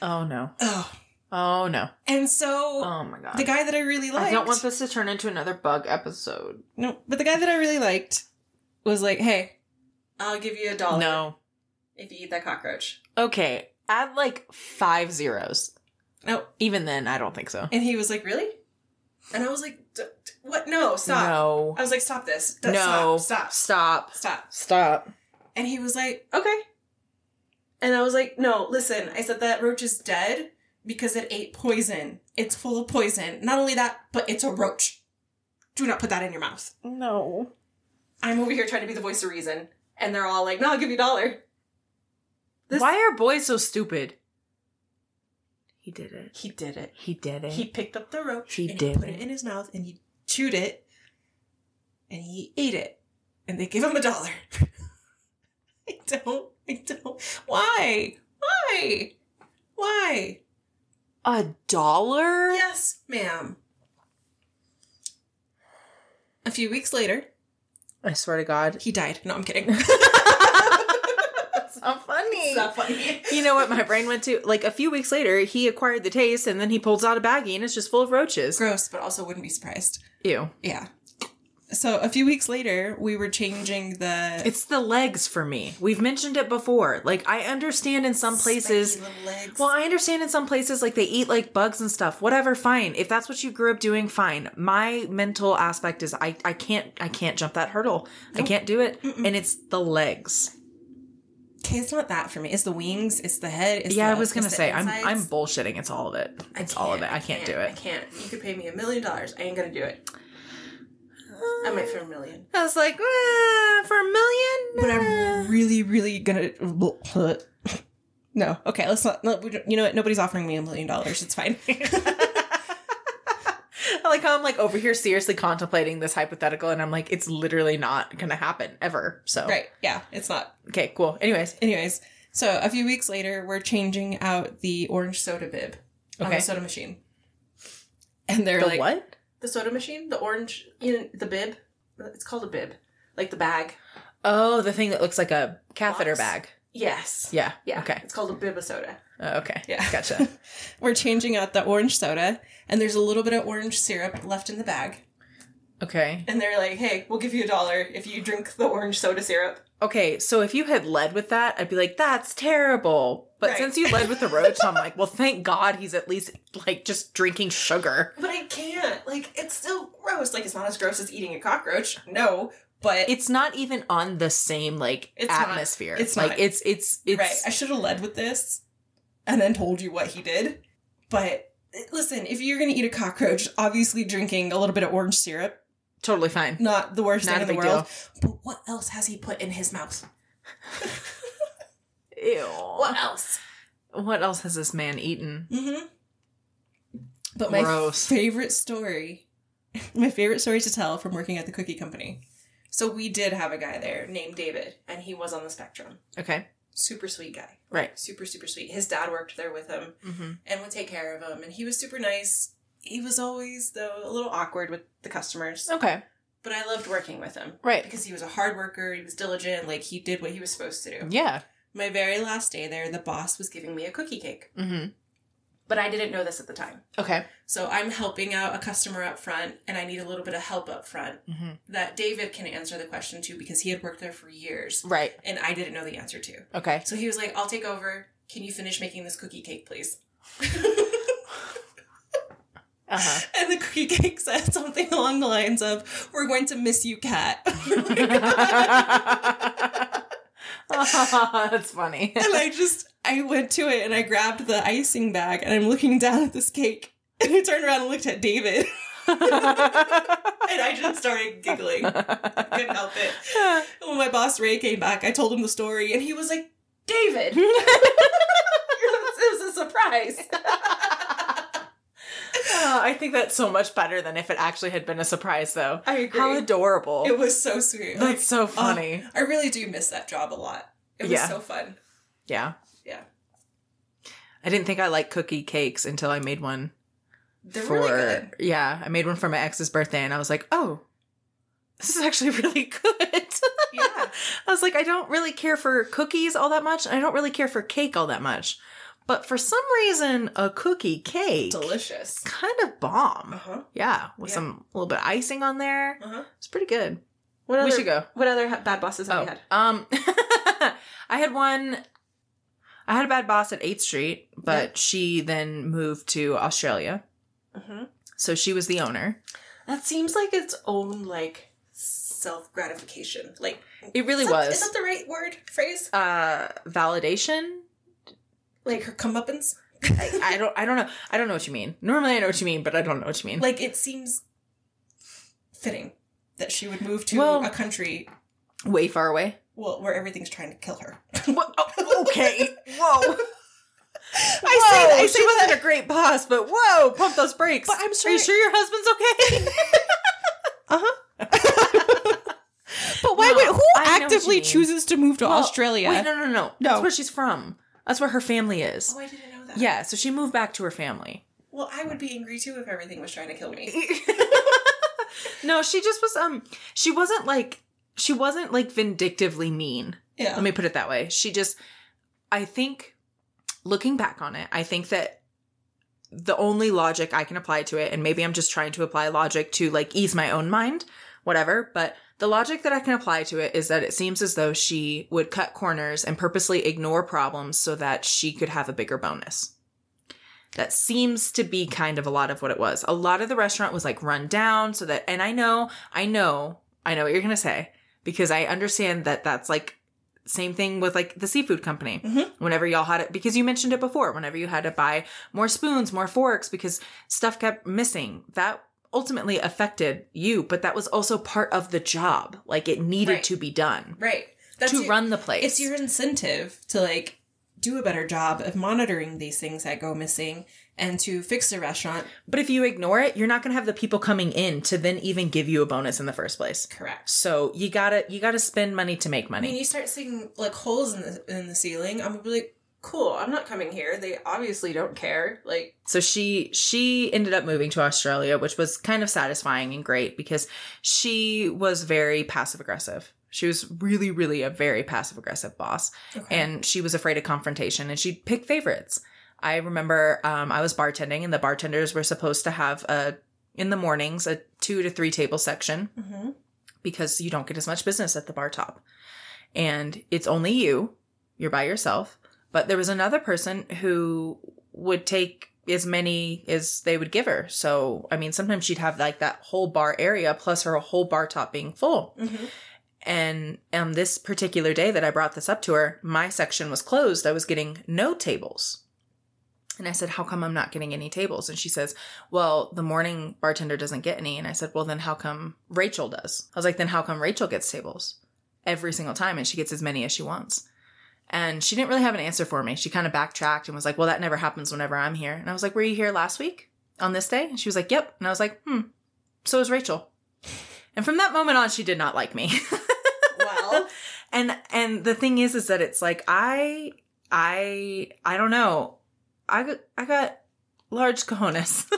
S2: oh no
S1: Oh,
S2: Oh no.
S1: And so
S2: Oh my god.
S1: the guy that I really liked.
S2: I don't want this to turn into another bug episode.
S1: No, but the guy that I really liked was like, "Hey, I'll give you a dollar
S2: No.
S1: if you eat that cockroach."
S2: Okay. Add like five zeros.
S1: No,
S2: Even then, I don't think so.
S1: and he was like, "Really?" And I was like, D- d- "What? No, stop!"
S2: No.
S1: I was like, "Stop this! D-
S2: No.
S1: Stop! Stop! Stop!"
S2: Stop. Stop.
S1: And he was like, "Okay." And I was like, "No, listen. I said that roach is dead because it ate poison. It's full of poison. Not only that, but it's a roach. Do not put that in your mouth."
S2: No.
S1: I'm over here trying to be the voice of reason, and they're all like, "No, I'll give you a dollar." This-
S2: Why are boys so stupid? He did it.
S1: He did it.
S2: He did it.
S1: He picked up the roach
S2: He
S1: and
S2: did
S1: he put
S2: it.
S1: it in his mouth and he chewed it and he ate it. And they gave him a dollar. [laughs] I don't I don't why? Why? Why?
S2: a dollar?
S1: Yes, ma'am. A few weeks later,
S2: I swear to God.
S1: he died. No, I'm kidding. [laughs]
S2: That's not funny.
S1: It's not funny.
S2: You know what my brain went to? Like a few weeks later, he acquired the taste and then he pulls out a baggie and it's just full of roaches.
S1: Gross, but also wouldn't be surprised.
S2: Ew.
S1: Yeah. So a few weeks later, we were changing the
S2: It's the legs for me. We've mentioned it before. Like I understand in some places
S1: Spiky little legs.
S2: Well, I understand in some places like they eat like bugs and stuff. Whatever, fine. If that's what you grew up doing, fine. My mental aspect is I I can't I can't jump that hurdle. I can't do it. And it's the legs.
S1: Okay, it's not that for me. It's the wings. It's the head. It's
S2: yeah,
S1: the-
S2: I was
S1: it's
S2: gonna
S1: the
S2: say I'm I'm
S1: insides.
S2: bullshitting. It's all of it.
S1: I
S2: It's all of it. I can't, do
S1: I
S2: it.
S1: can't. You could pay me a million dollars. I ain't gonna do it. I might for a million.
S2: I was like, ah, for a
S1: But
S2: million.
S1: I'm really, really gonna. [laughs] No. Okay. Let's not. no, we don't- You know what? Nobody's offering me a million dollars. It's [laughs] fine.
S2: [laughs] I like how I'm like over here seriously contemplating this hypothetical, and I'm like, it's literally not gonna happen ever. So
S1: right. Yeah. It's not.
S2: okay, cool. Anyways,
S1: Anyways, so a few weeks later, we're changing out the orange soda bib on
S2: Okay.
S1: the soda machine. And they're
S2: the
S1: like,
S2: what?
S1: The soda machine, the orange, you know, the bib. It's called a bib, like the bag.
S2: Oh, the thing that looks like a catheter
S1: Box.
S2: bag.
S1: Yes.
S2: Yeah.
S1: Yeah.
S2: Okay.
S1: It's called a bib of soda.
S2: Uh, okay.
S1: Yeah. [laughs]
S2: Gotcha.
S1: We're changing out the orange soda, and there's a little bit of orange syrup left in the bag.
S2: okay.
S1: And they're like, hey, we'll give you a dollar if you drink the orange soda syrup.
S2: Okay. So if you had led with that, I'd be like, that's terrible. But
S1: Right.
S2: since you led with the roach, I'm like, well, thank God he's at least like just drinking sugar.
S1: But I can't. Like, it's still gross. Like, it's not as gross as eating a cockroach. No. But
S2: It's not even on the same like
S1: It's not.
S2: atmosphere.
S1: It's
S2: like
S1: not.
S2: it's it's it's
S1: right. I should have led with this and then told you what he did. But eh, listen, if you're going to eat a cockroach, obviously drinking a little bit of orange syrup,
S2: totally fine.
S1: not the worst
S2: Not a
S1: thing in the
S2: big
S1: world. But what else has he put in his mouth?
S2: Ew.
S1: What
S2: What,
S1: else?
S2: else has this man eaten?
S1: Mm-hmm. But
S2: Gross.
S1: my favorite story, [laughs] my favorite story to tell from working at the cookie company. So we did have a guy there named David, and he was on the spectrum.
S2: Okay.
S1: Super sweet guy.
S2: Right.
S1: Super, super sweet. His dad worked there with him
S2: Mm-hmm.
S1: and would take care of him, and he was super nice. He was always, though, a little awkward with the customers,
S2: Okay.
S1: but I loved working with him
S2: Right.
S1: because he was a hard worker, he was diligent, like he did what he was supposed to do.
S2: Yeah.
S1: My very last day there, the boss was giving me a cookie cake,
S2: Mm-hmm.
S1: but I didn't know this at the time.
S2: Okay.
S1: So I'm helping out a customer up front and I need a little bit of help up front
S2: Mm-hmm.
S1: that David can answer the question to because he had worked there for years
S2: Right.
S1: and I didn't know the answer to.
S2: Okay.
S1: So he was like, I'll take over. Can you finish making this cookie cake, please? [laughs]
S2: Uh huh.
S1: and the cookie cake said something along the lines of, We're going to miss you, Kat.
S2: Oh, that's funny.
S1: [laughs] [laughs] and I just, I went to it and I grabbed the icing bag and I'm looking down at this cake. And I turned around and looked at David and I just started giggling. Couldn't help it. [laughs] When my boss Ray came back, I told him the story, and he was like, "David, [laughs] it was a surprise."
S2: Oh, I think that's so much better than if it actually had been a surprise, though.
S1: I agree.
S2: How adorable.
S1: it was so sweet. Like, uh, um,
S2: that's so funny.
S1: I really do miss that job a lot. It was
S2: Yeah.
S1: so fun.
S2: yeah.
S1: Yeah.
S2: I didn't think I liked cookie cakes until I made one
S1: They're
S2: for
S1: really good.
S2: yeah, I made one for my ex's birthday, and I was like, oh, this is actually [laughs] really good.
S1: Yeah, [laughs]
S2: I was like, I don't really care for cookies all that much, and I don't really care for cake all that much. But for some reason, a cookie cake
S1: Delicious.
S2: kind of bomb.
S1: Uh huh.
S2: Oh. Yeah, with
S1: Yeah.
S2: some a little bit of icing on there.
S1: Uh huh.
S2: It's pretty good.
S1: What
S2: we should go.
S1: What other ha- bad bosses have you had?
S2: um, [laughs] I had one. I had a bad boss at Eighth Street, but she then moved to Australia,
S1: Mm-hmm.
S2: so she was the owner.
S1: That seems like its own like self gratification. Like
S2: It really
S1: is that- Is
S2: was
S1: that the right word phrase?
S2: uh, validation.
S1: Like her comeuppance.
S2: I, I don't. I don't know. I don't know what you mean. Normally, I know what you mean, but I don't know what [laughs] you mean.
S1: like it seems fitting that she would move to
S2: Well-
S1: a country
S2: Way far away.
S1: well where everything's trying to kill her.
S2: [laughs] What? Oh, okay. Whoa. [laughs]
S1: I
S2: I say, I say wasn't a great boss, but whoa, pump those brakes.
S1: But I'm
S2: Are you
S1: sorry-
S2: sure your husband's okay?
S3: [laughs] But why
S2: No,
S3: would who
S2: I know what you
S3: actively
S2: mean.
S3: chooses to move to
S2: Well,
S3: Australia?
S2: Wait, no, no, no, no. That's
S3: No.
S2: where she's from. That's where her family is.
S1: Oh, I didn't know that.
S2: Yeah, so she moved back to her family. [laughs]
S1: Well, I would be angry too if everything was trying to kill me.
S2: no, she just was um she wasn't like she wasn't like vindictively mean.
S1: Yeah.
S2: Let me put it that way. She just I think looking back on it, I think that the only logic I can apply to it and maybe I'm just trying to apply logic to like ease my own mind, whatever, but the logic that I can apply to it is that it seems as though she would cut corners and purposely ignore problems so that she could have a bigger bonus. That seems to be kind of a lot of what it was. A lot of the restaurant was like run down so that, and I know, I know, I know what you're gonna say because I understand that that's like same thing with like the seafood company.
S1: Mhm.
S2: Whenever y'all had it, because you mentioned it before, whenever you had to buy more spoons, more forks because stuff kept missing. That ultimately affected you, but that was also part of the job. Like it needed
S1: Right.
S2: to be done
S1: right. That's
S2: to
S1: your-
S2: run the place.
S1: It's your incentive to like do a better job of monitoring these things that go missing and to fix the restaurant.
S2: But if you ignore it, you're not going to have the people coming in to then even give you a bonus in the first place.
S1: Correct.
S2: So you gotta you gotta spend money to make
S1: I mean,
S2: money.
S1: you start seeing like holes in the in the ceiling. I'm gonna be like, cool. I'm not coming here. They obviously don't care. Like,
S2: So she she ended up moving to Australia, which was kind of satisfying and great because she was very passive aggressive. She was really really a very passive aggressive boss. and she was afraid of confrontation and she'd pick favorites. I remember um, I was bartending and the bartenders were supposed to have a in the mornings a two to three table section
S1: hmm
S2: because you don't get as much business at the bar top. And it's only you, you're by yourself. But there was another person who would take as many as they would give her. So, I mean, sometimes she'd have like that whole bar area plus her whole bar top being full.
S1: hmm
S2: And on this particular day that I brought this up to her, my section was closed. I was getting no tables. And I said, How come I'm not getting any tables? And she says, Well, the morning bartender doesn't get any. And I said, Well, then how come Rachel does? I was like, Then how come Rachel gets tables every single time and she gets as many as she wants? And she didn't really have an answer for me. She kind of backtracked and was like, Well, that never happens whenever I'm here. And I was like, Were you here last week on this day? And she was like, Yep. And I was like, Hmm, so is Rachel. And from that moment on, she did not like me.
S1: [laughs]
S2: [laughs]
S1: well,
S2: and and the thing is is that it's like i i i don't know i got i got large cojones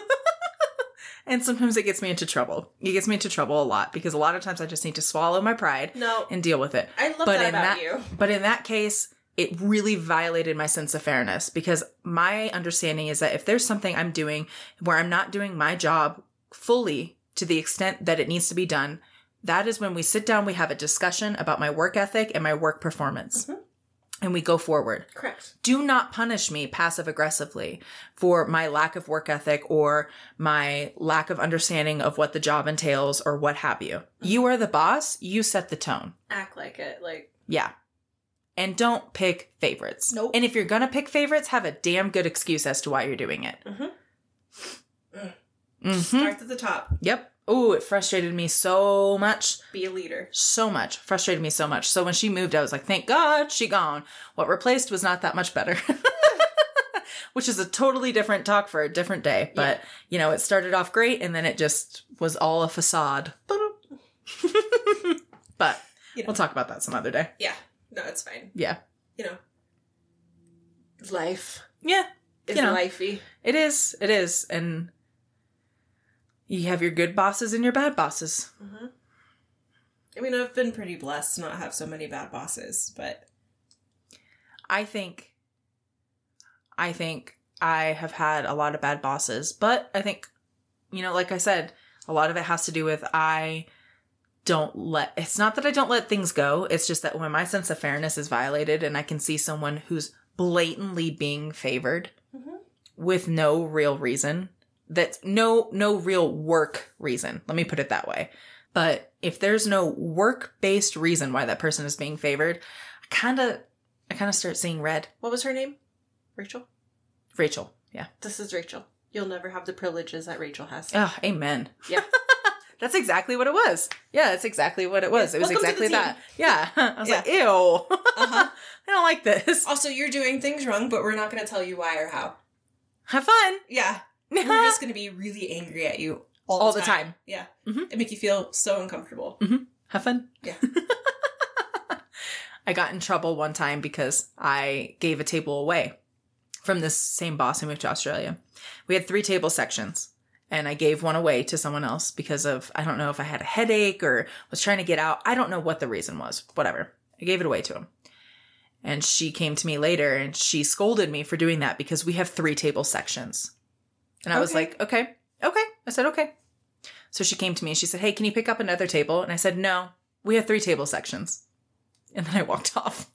S2: [laughs] and sometimes it gets me into trouble it gets me into trouble a lot because a lot of times i just need to swallow my pride
S1: no,
S2: and deal with it
S1: I love
S2: but
S1: that
S2: in
S1: about
S2: that-
S1: you.
S2: but in that case it really violated my sense of fairness because my understanding is that if there's something i'm doing where i'm not doing my job fully to the extent that it needs to be done that is when we sit down we have a discussion about my work ethic and my work performance
S1: Mhm.
S2: and we go forward
S1: Correct.
S2: do not punish me passive aggressively for my lack of work ethic or my lack of understanding of what the job entails or what have you you are the boss you set the tone
S1: Act like it. Like,
S2: yeah. And don't pick favorites.
S1: Nope.
S2: And if you're going to pick favorites, have a damn good excuse as to why you're doing it.
S1: Mhm. Mm.
S2: Mm. Mhm.
S1: start at the top.
S2: Yep. Oh, it frustrated me so much.
S1: Be a leader.
S2: So much. Frustrated me so much. So when she moved, I was like, thank God she gone. What replaced was not that much better. [laughs] Which is a totally different talk for a different day. But, you know, it started off great and then it just was all a facade. [laughs] but
S1: You know.
S2: we'll talk about that some other day.
S1: Yeah. No, it's fine.
S2: Yeah.
S1: You know. Life
S2: Yeah.
S1: is
S2: You know.
S1: lifey.
S2: It is. It is. And you have your good bosses and your bad bosses.
S1: hmm I mean, I've been pretty blessed to not have so many bad bosses, but
S2: I think I think I have had a lot of bad bosses, but I think, you know, like I said, a lot of it has to do with I don't let it's not that I don't let things go, it's just that when my sense of fairness is violated and I can see someone who's blatantly being favored
S1: Mhm.
S2: with no real reason, that's no no real work reason. Let me put it that way. But if there's no work-based reason why that person is being favored, I kind of I kind of start seeing red.
S1: What was her name? Rachel.
S2: Rachel. Yeah.
S1: This is Rachel. You'll never have the privileges that Rachel has.
S2: Oh, amen.
S1: Yeah.
S2: [laughs] that's exactly what it was. Yeah, that's exactly what it was. It was
S1: Welcome to the
S2: exactly
S1: team.
S2: that. Yeah. [laughs] I was like, ew. [laughs] I don't like
S1: [laughs]
S2: this.
S1: Also, you're doing things wrong, but we're not going to tell you why or how.
S2: Have fun.
S1: Yeah.
S2: [laughs]
S1: We're just going to be really angry at you all,
S2: All the time.
S1: Yeah.
S2: Mhm.
S1: It make you feel so uncomfortable.
S2: Have fun.
S1: Yeah.
S2: [laughs] I got in trouble one time because I gave a table away from this same boss who moved to Australia. We had three table sections, and I gave one away to someone else because of I don't know if I had a headache or was trying to get out. I don't know what the reason was. Whatever. I gave it away to him. And she came to me later and she scolded me for doing that because we have three table sections. And I was
S1: Okay.
S2: like, okay, okay. I said, okay. So she came to me and she said, hey, can you pick up another table? And I said, no, we have three table sections. And then I walked [laughs] off.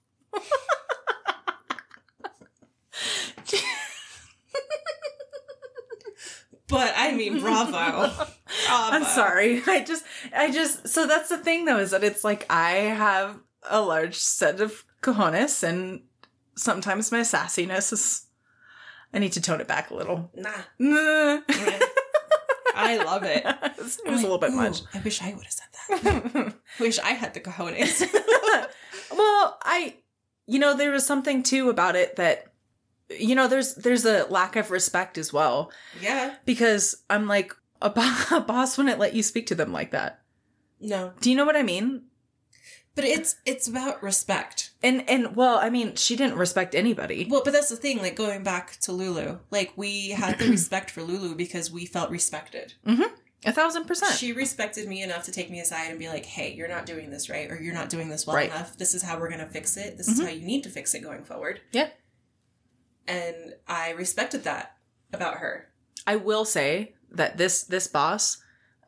S1: But I mean, bravo. bravo.
S2: [laughs] I'm sorry. [laughs] I just, I just, so that's the thing though, is that it's like I have a large set of cojones and sometimes my sassiness is, I need to tone it back a little. [laughs]
S1: Nah.
S2: Nah. it
S1: I love it.
S2: was [laughs] it was a little bit much. [laughs]
S1: I wish I would have said that. Wish I had the
S2: [laughs]
S1: cojones.
S2: well, I you know there was something too about it that you know there's there's a lack of respect as well
S1: yeah.
S2: because I'm like a, bo- [laughs] a boss wouldn't let you speak to them like that.
S1: No.
S2: Do you know what I mean?
S1: But it's it's about respect.
S2: And and well, I mean she didn't respect anybody.
S1: Well, but that's the thing. Like going back to Lulu, like we had
S2: [clears throat]
S1: the respect for Lulu because we felt respected.
S2: A thousand percent.
S1: She respected me enough to take me aside and be like, "Hey, you're not doing this right, or you're not doing this well
S2: Right. Mm-hmm.
S1: enough. This is how we're gonna fix it. This is how you need to fix it going forward."
S2: Yeah.
S1: And I respected that about her.
S2: I will say that this this boss,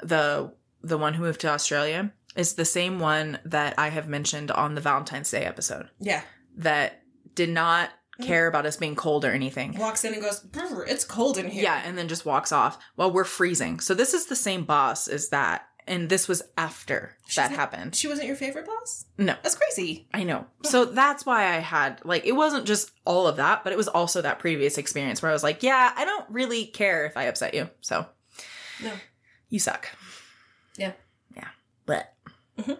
S2: the the one who moved to Australia, is the same one that I have mentioned on the Valentine's Day episode
S1: Yeah.
S2: that did not care about us being cold or anything.
S1: Walks in and goes, "Brr, "It's cold in here."
S2: Yeah, and then just walks off while we're freezing. So this is the same boss as that, and this was after that
S1: not-
S2: happened.
S1: She wasn't your favorite boss.
S2: No,
S1: That's crazy.
S2: I know. So that's why I had like it wasn't just all of that, but it was also that previous experience where I was like, yeah, I don't really care if I upset you. So
S1: No.
S2: you suck.
S1: Yeah.
S2: Yeah. Mm-hmm. But
S1: Mhm.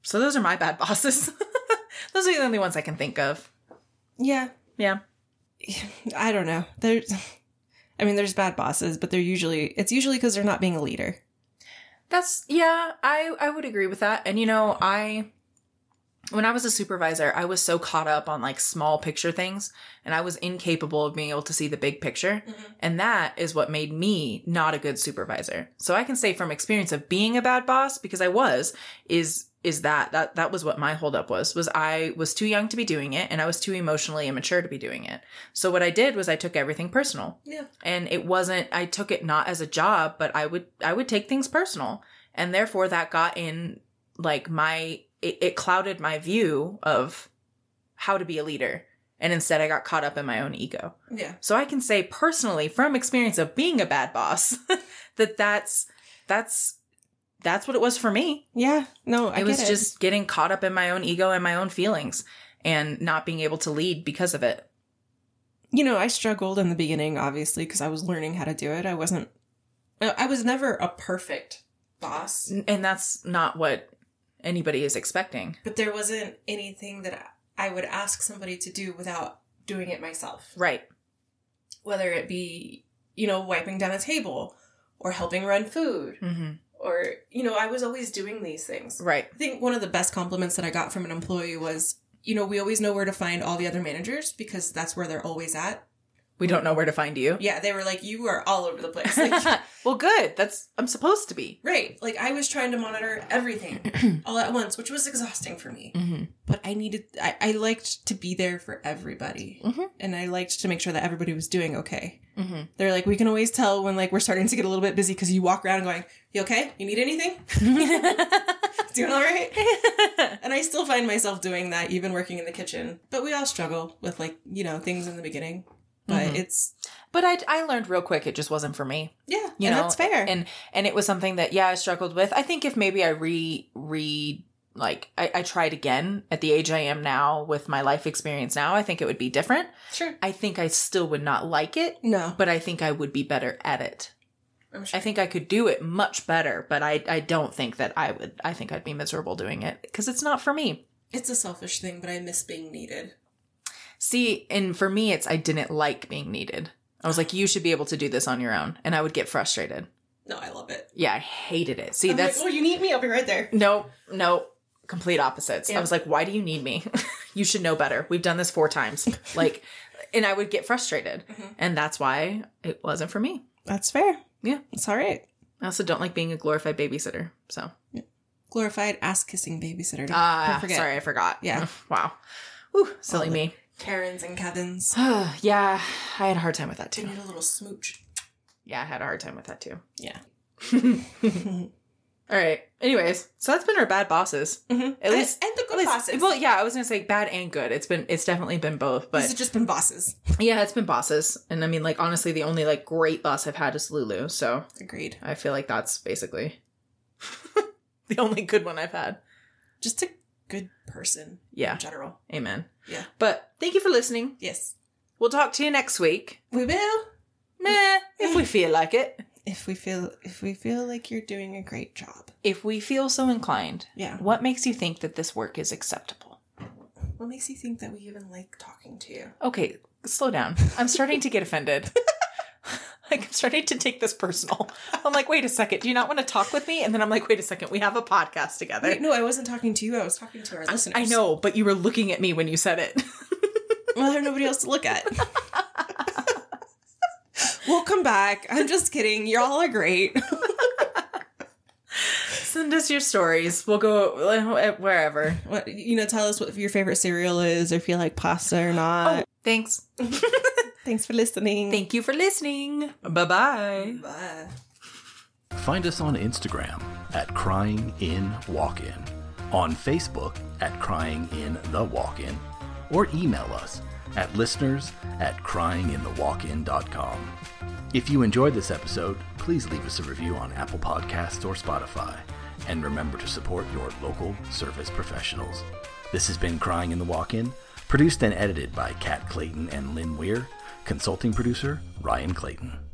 S2: so those are my bad bosses. [laughs] those are the only ones I can think of.
S1: Yeah.
S2: Yeah.
S1: [laughs] I don't know. There's, [laughs] I mean, there's bad bosses, but they're usually it's usually because they're not being a leader.
S2: That's yeah, I I would agree with that. And you know, I when I was a supervisor, I was so caught up on like small picture things and I was incapable of being able to see the big picture. And that is what made me not a good supervisor. So I can say from experience of being a bad boss because I was is is that that that was what my holdup was was I was too young to be doing it and I was too emotionally immature to be doing it. So what I did was I took everything personal.
S1: Yeah.
S2: And it wasn't I took it not as a job, but I would I would take things personal. And therefore that got in like my it, it clouded my view of how to be a leader. And instead I got caught up in my own ego.
S1: Yeah.
S2: So I can say personally from experience of being a bad boss [laughs] that that's that's that's what it was for me.
S1: Yeah. No, I
S2: it was
S1: get
S2: just getting caught up in my own ego and my own feelings and not being able to lead because of it.
S1: you know, I struggled in the beginning, obviously, because I was learning how to do it. I wasn't, I I was never a perfect boss,
S2: N- And that's not what anybody is expecting.
S1: but there wasn't anything that I would ask somebody to do without doing it myself.
S2: Right.
S1: Whether it be, you know, wiping down a table or helping run food
S2: Mhm.
S1: or, you know, I was always doing these things.
S2: Right.
S1: I think one of the best compliments that I got from an employee was, you know, we always know where to find all the other managers because that's where they're always at.
S2: We don't know where to find you.
S1: Yeah, they were like, you are all over the place. [laughs] Like,
S2: [laughs] well, good. That's I'm supposed to be.
S1: right. Like, I was trying to monitor
S2: [clears throat]
S1: everything all at once, which was exhausting for me.
S2: Mm-hmm.
S1: But I needed, I, I liked to be there for everybody.
S2: Mhm.
S1: And I liked to make sure that everybody was doing okay.
S2: Mm-hmm.
S1: [laughs] They're like, we can always tell when, like, we're starting to get a little bit busy because you walk around going, you okay? You need anything? [laughs] Doing all right? And I still find myself doing that, even working in the kitchen. But we all struggle with, like, you know, things in the beginning. But
S2: Mhm.
S1: it's,
S2: [laughs] but I I learned real quick it just wasn't for me.
S1: yeah,
S2: You
S1: and
S2: know,
S1: that's fair.
S2: and and it was something that yeah i struggled with i think if maybe i re re like I, I tried again at the age i am now with my life experience now i think it would be different
S1: sure.
S2: i think i still would not like it
S1: No,
S2: but i think i would be better at it
S1: I'm sure.
S2: i think i could do it much better but i i don't think that i would i think i'd be miserable doing it because it's not for me
S1: It's a selfish thing, but I miss being needed.
S2: see and for me it's i didn't like being needed i was like you should be able to do this on your own and i would get frustrated
S1: No, I love it.
S2: yeah i hated it see
S1: I'm
S2: that's
S1: like, oh, you need me? I'll be right there.
S2: No, no, complete opposites.
S1: Yeah.
S2: I was like, why do you need me? [laughs] you should know better. We've done this four
S1: [laughs]
S2: times. like, and I would get frustrated.
S1: Mhm.
S2: And that's why it wasn't for me.
S1: That's fair.
S2: Yeah.
S1: it's all right.
S2: I also don't like being a glorified babysitter. So,
S1: Glorified ass kissing babysitter. Don't-
S2: ah,
S1: don't forget.
S2: sorry, I forgot.
S1: Yeah.
S2: [laughs] wow. Ooh, silly
S1: All the-
S2: me.
S1: Karens and Kevins.
S2: [sighs] yeah, I had a hard time with that
S1: [sighs] They
S2: too.
S1: need a little [laughs] smooch.
S2: Yeah, I had a hard time with that too.
S1: Yeah.
S2: [laughs]
S1: Mm-hmm.
S2: All right. Anyways, so that's been our bad bosses. At least-
S1: and, the
S2: At
S1: good
S2: least-
S1: bosses.
S2: Well, yeah, I was gonna say bad and good. It's been it's definitely been both, but
S1: These have just been bosses.
S2: Yeah, it's been bosses. And I mean, like, honestly, the only, like, great boss I've had is Lulu. So
S1: Agreed.
S2: I feel like that's basically [laughs] the only good one I've had.
S1: Just a good person
S2: Yeah.
S1: in general.
S2: Amen.
S1: Yeah.
S2: But thank you for listening.
S1: Yes,
S2: We'll talk to you next week.
S1: we will.
S2: Meh, if we feel like it.
S1: If we feel if we feel like you're doing a great job.
S2: If we feel so inclined,
S1: Yeah.
S2: what makes you think that this work is acceptable?
S1: What makes you think that we even like talking to you?
S2: Okay, slow down. I'm starting to get offended. [laughs] like, I'm starting to take this personal. I'm like, wait a second. Do you not want to talk with me? And then I'm like, wait a second. We have a podcast together.
S1: Wait, no, I wasn't talking to you. I was talking to our listeners.
S2: I know, but you were looking at me when you said it. [laughs]
S1: Well, there's nobody else to look at. we'll come back. I'm just kidding. Y'all are great.
S2: Send us your stories. We'll go uh, wherever.
S1: What, you know, tell us what your favorite cereal is, or if you like pasta or not.
S2: Thanks.
S1: Thanks for listening.
S2: Oh. Thank you for listening. Bye bye.
S1: Bye.
S4: Find us on Instagram at Crying In Walk In, on Facebook at Crying In The Walk In, or email us at listeners at cryinginthewalkin.com. If you enjoyed this episode, please leave us a review on Apple Podcasts or Spotify, and remember to support your local service professionals. This has been Crying in the Walk In, produced and edited by Kat Clayton and Lynn Weir, consulting producer Ryan Clayton.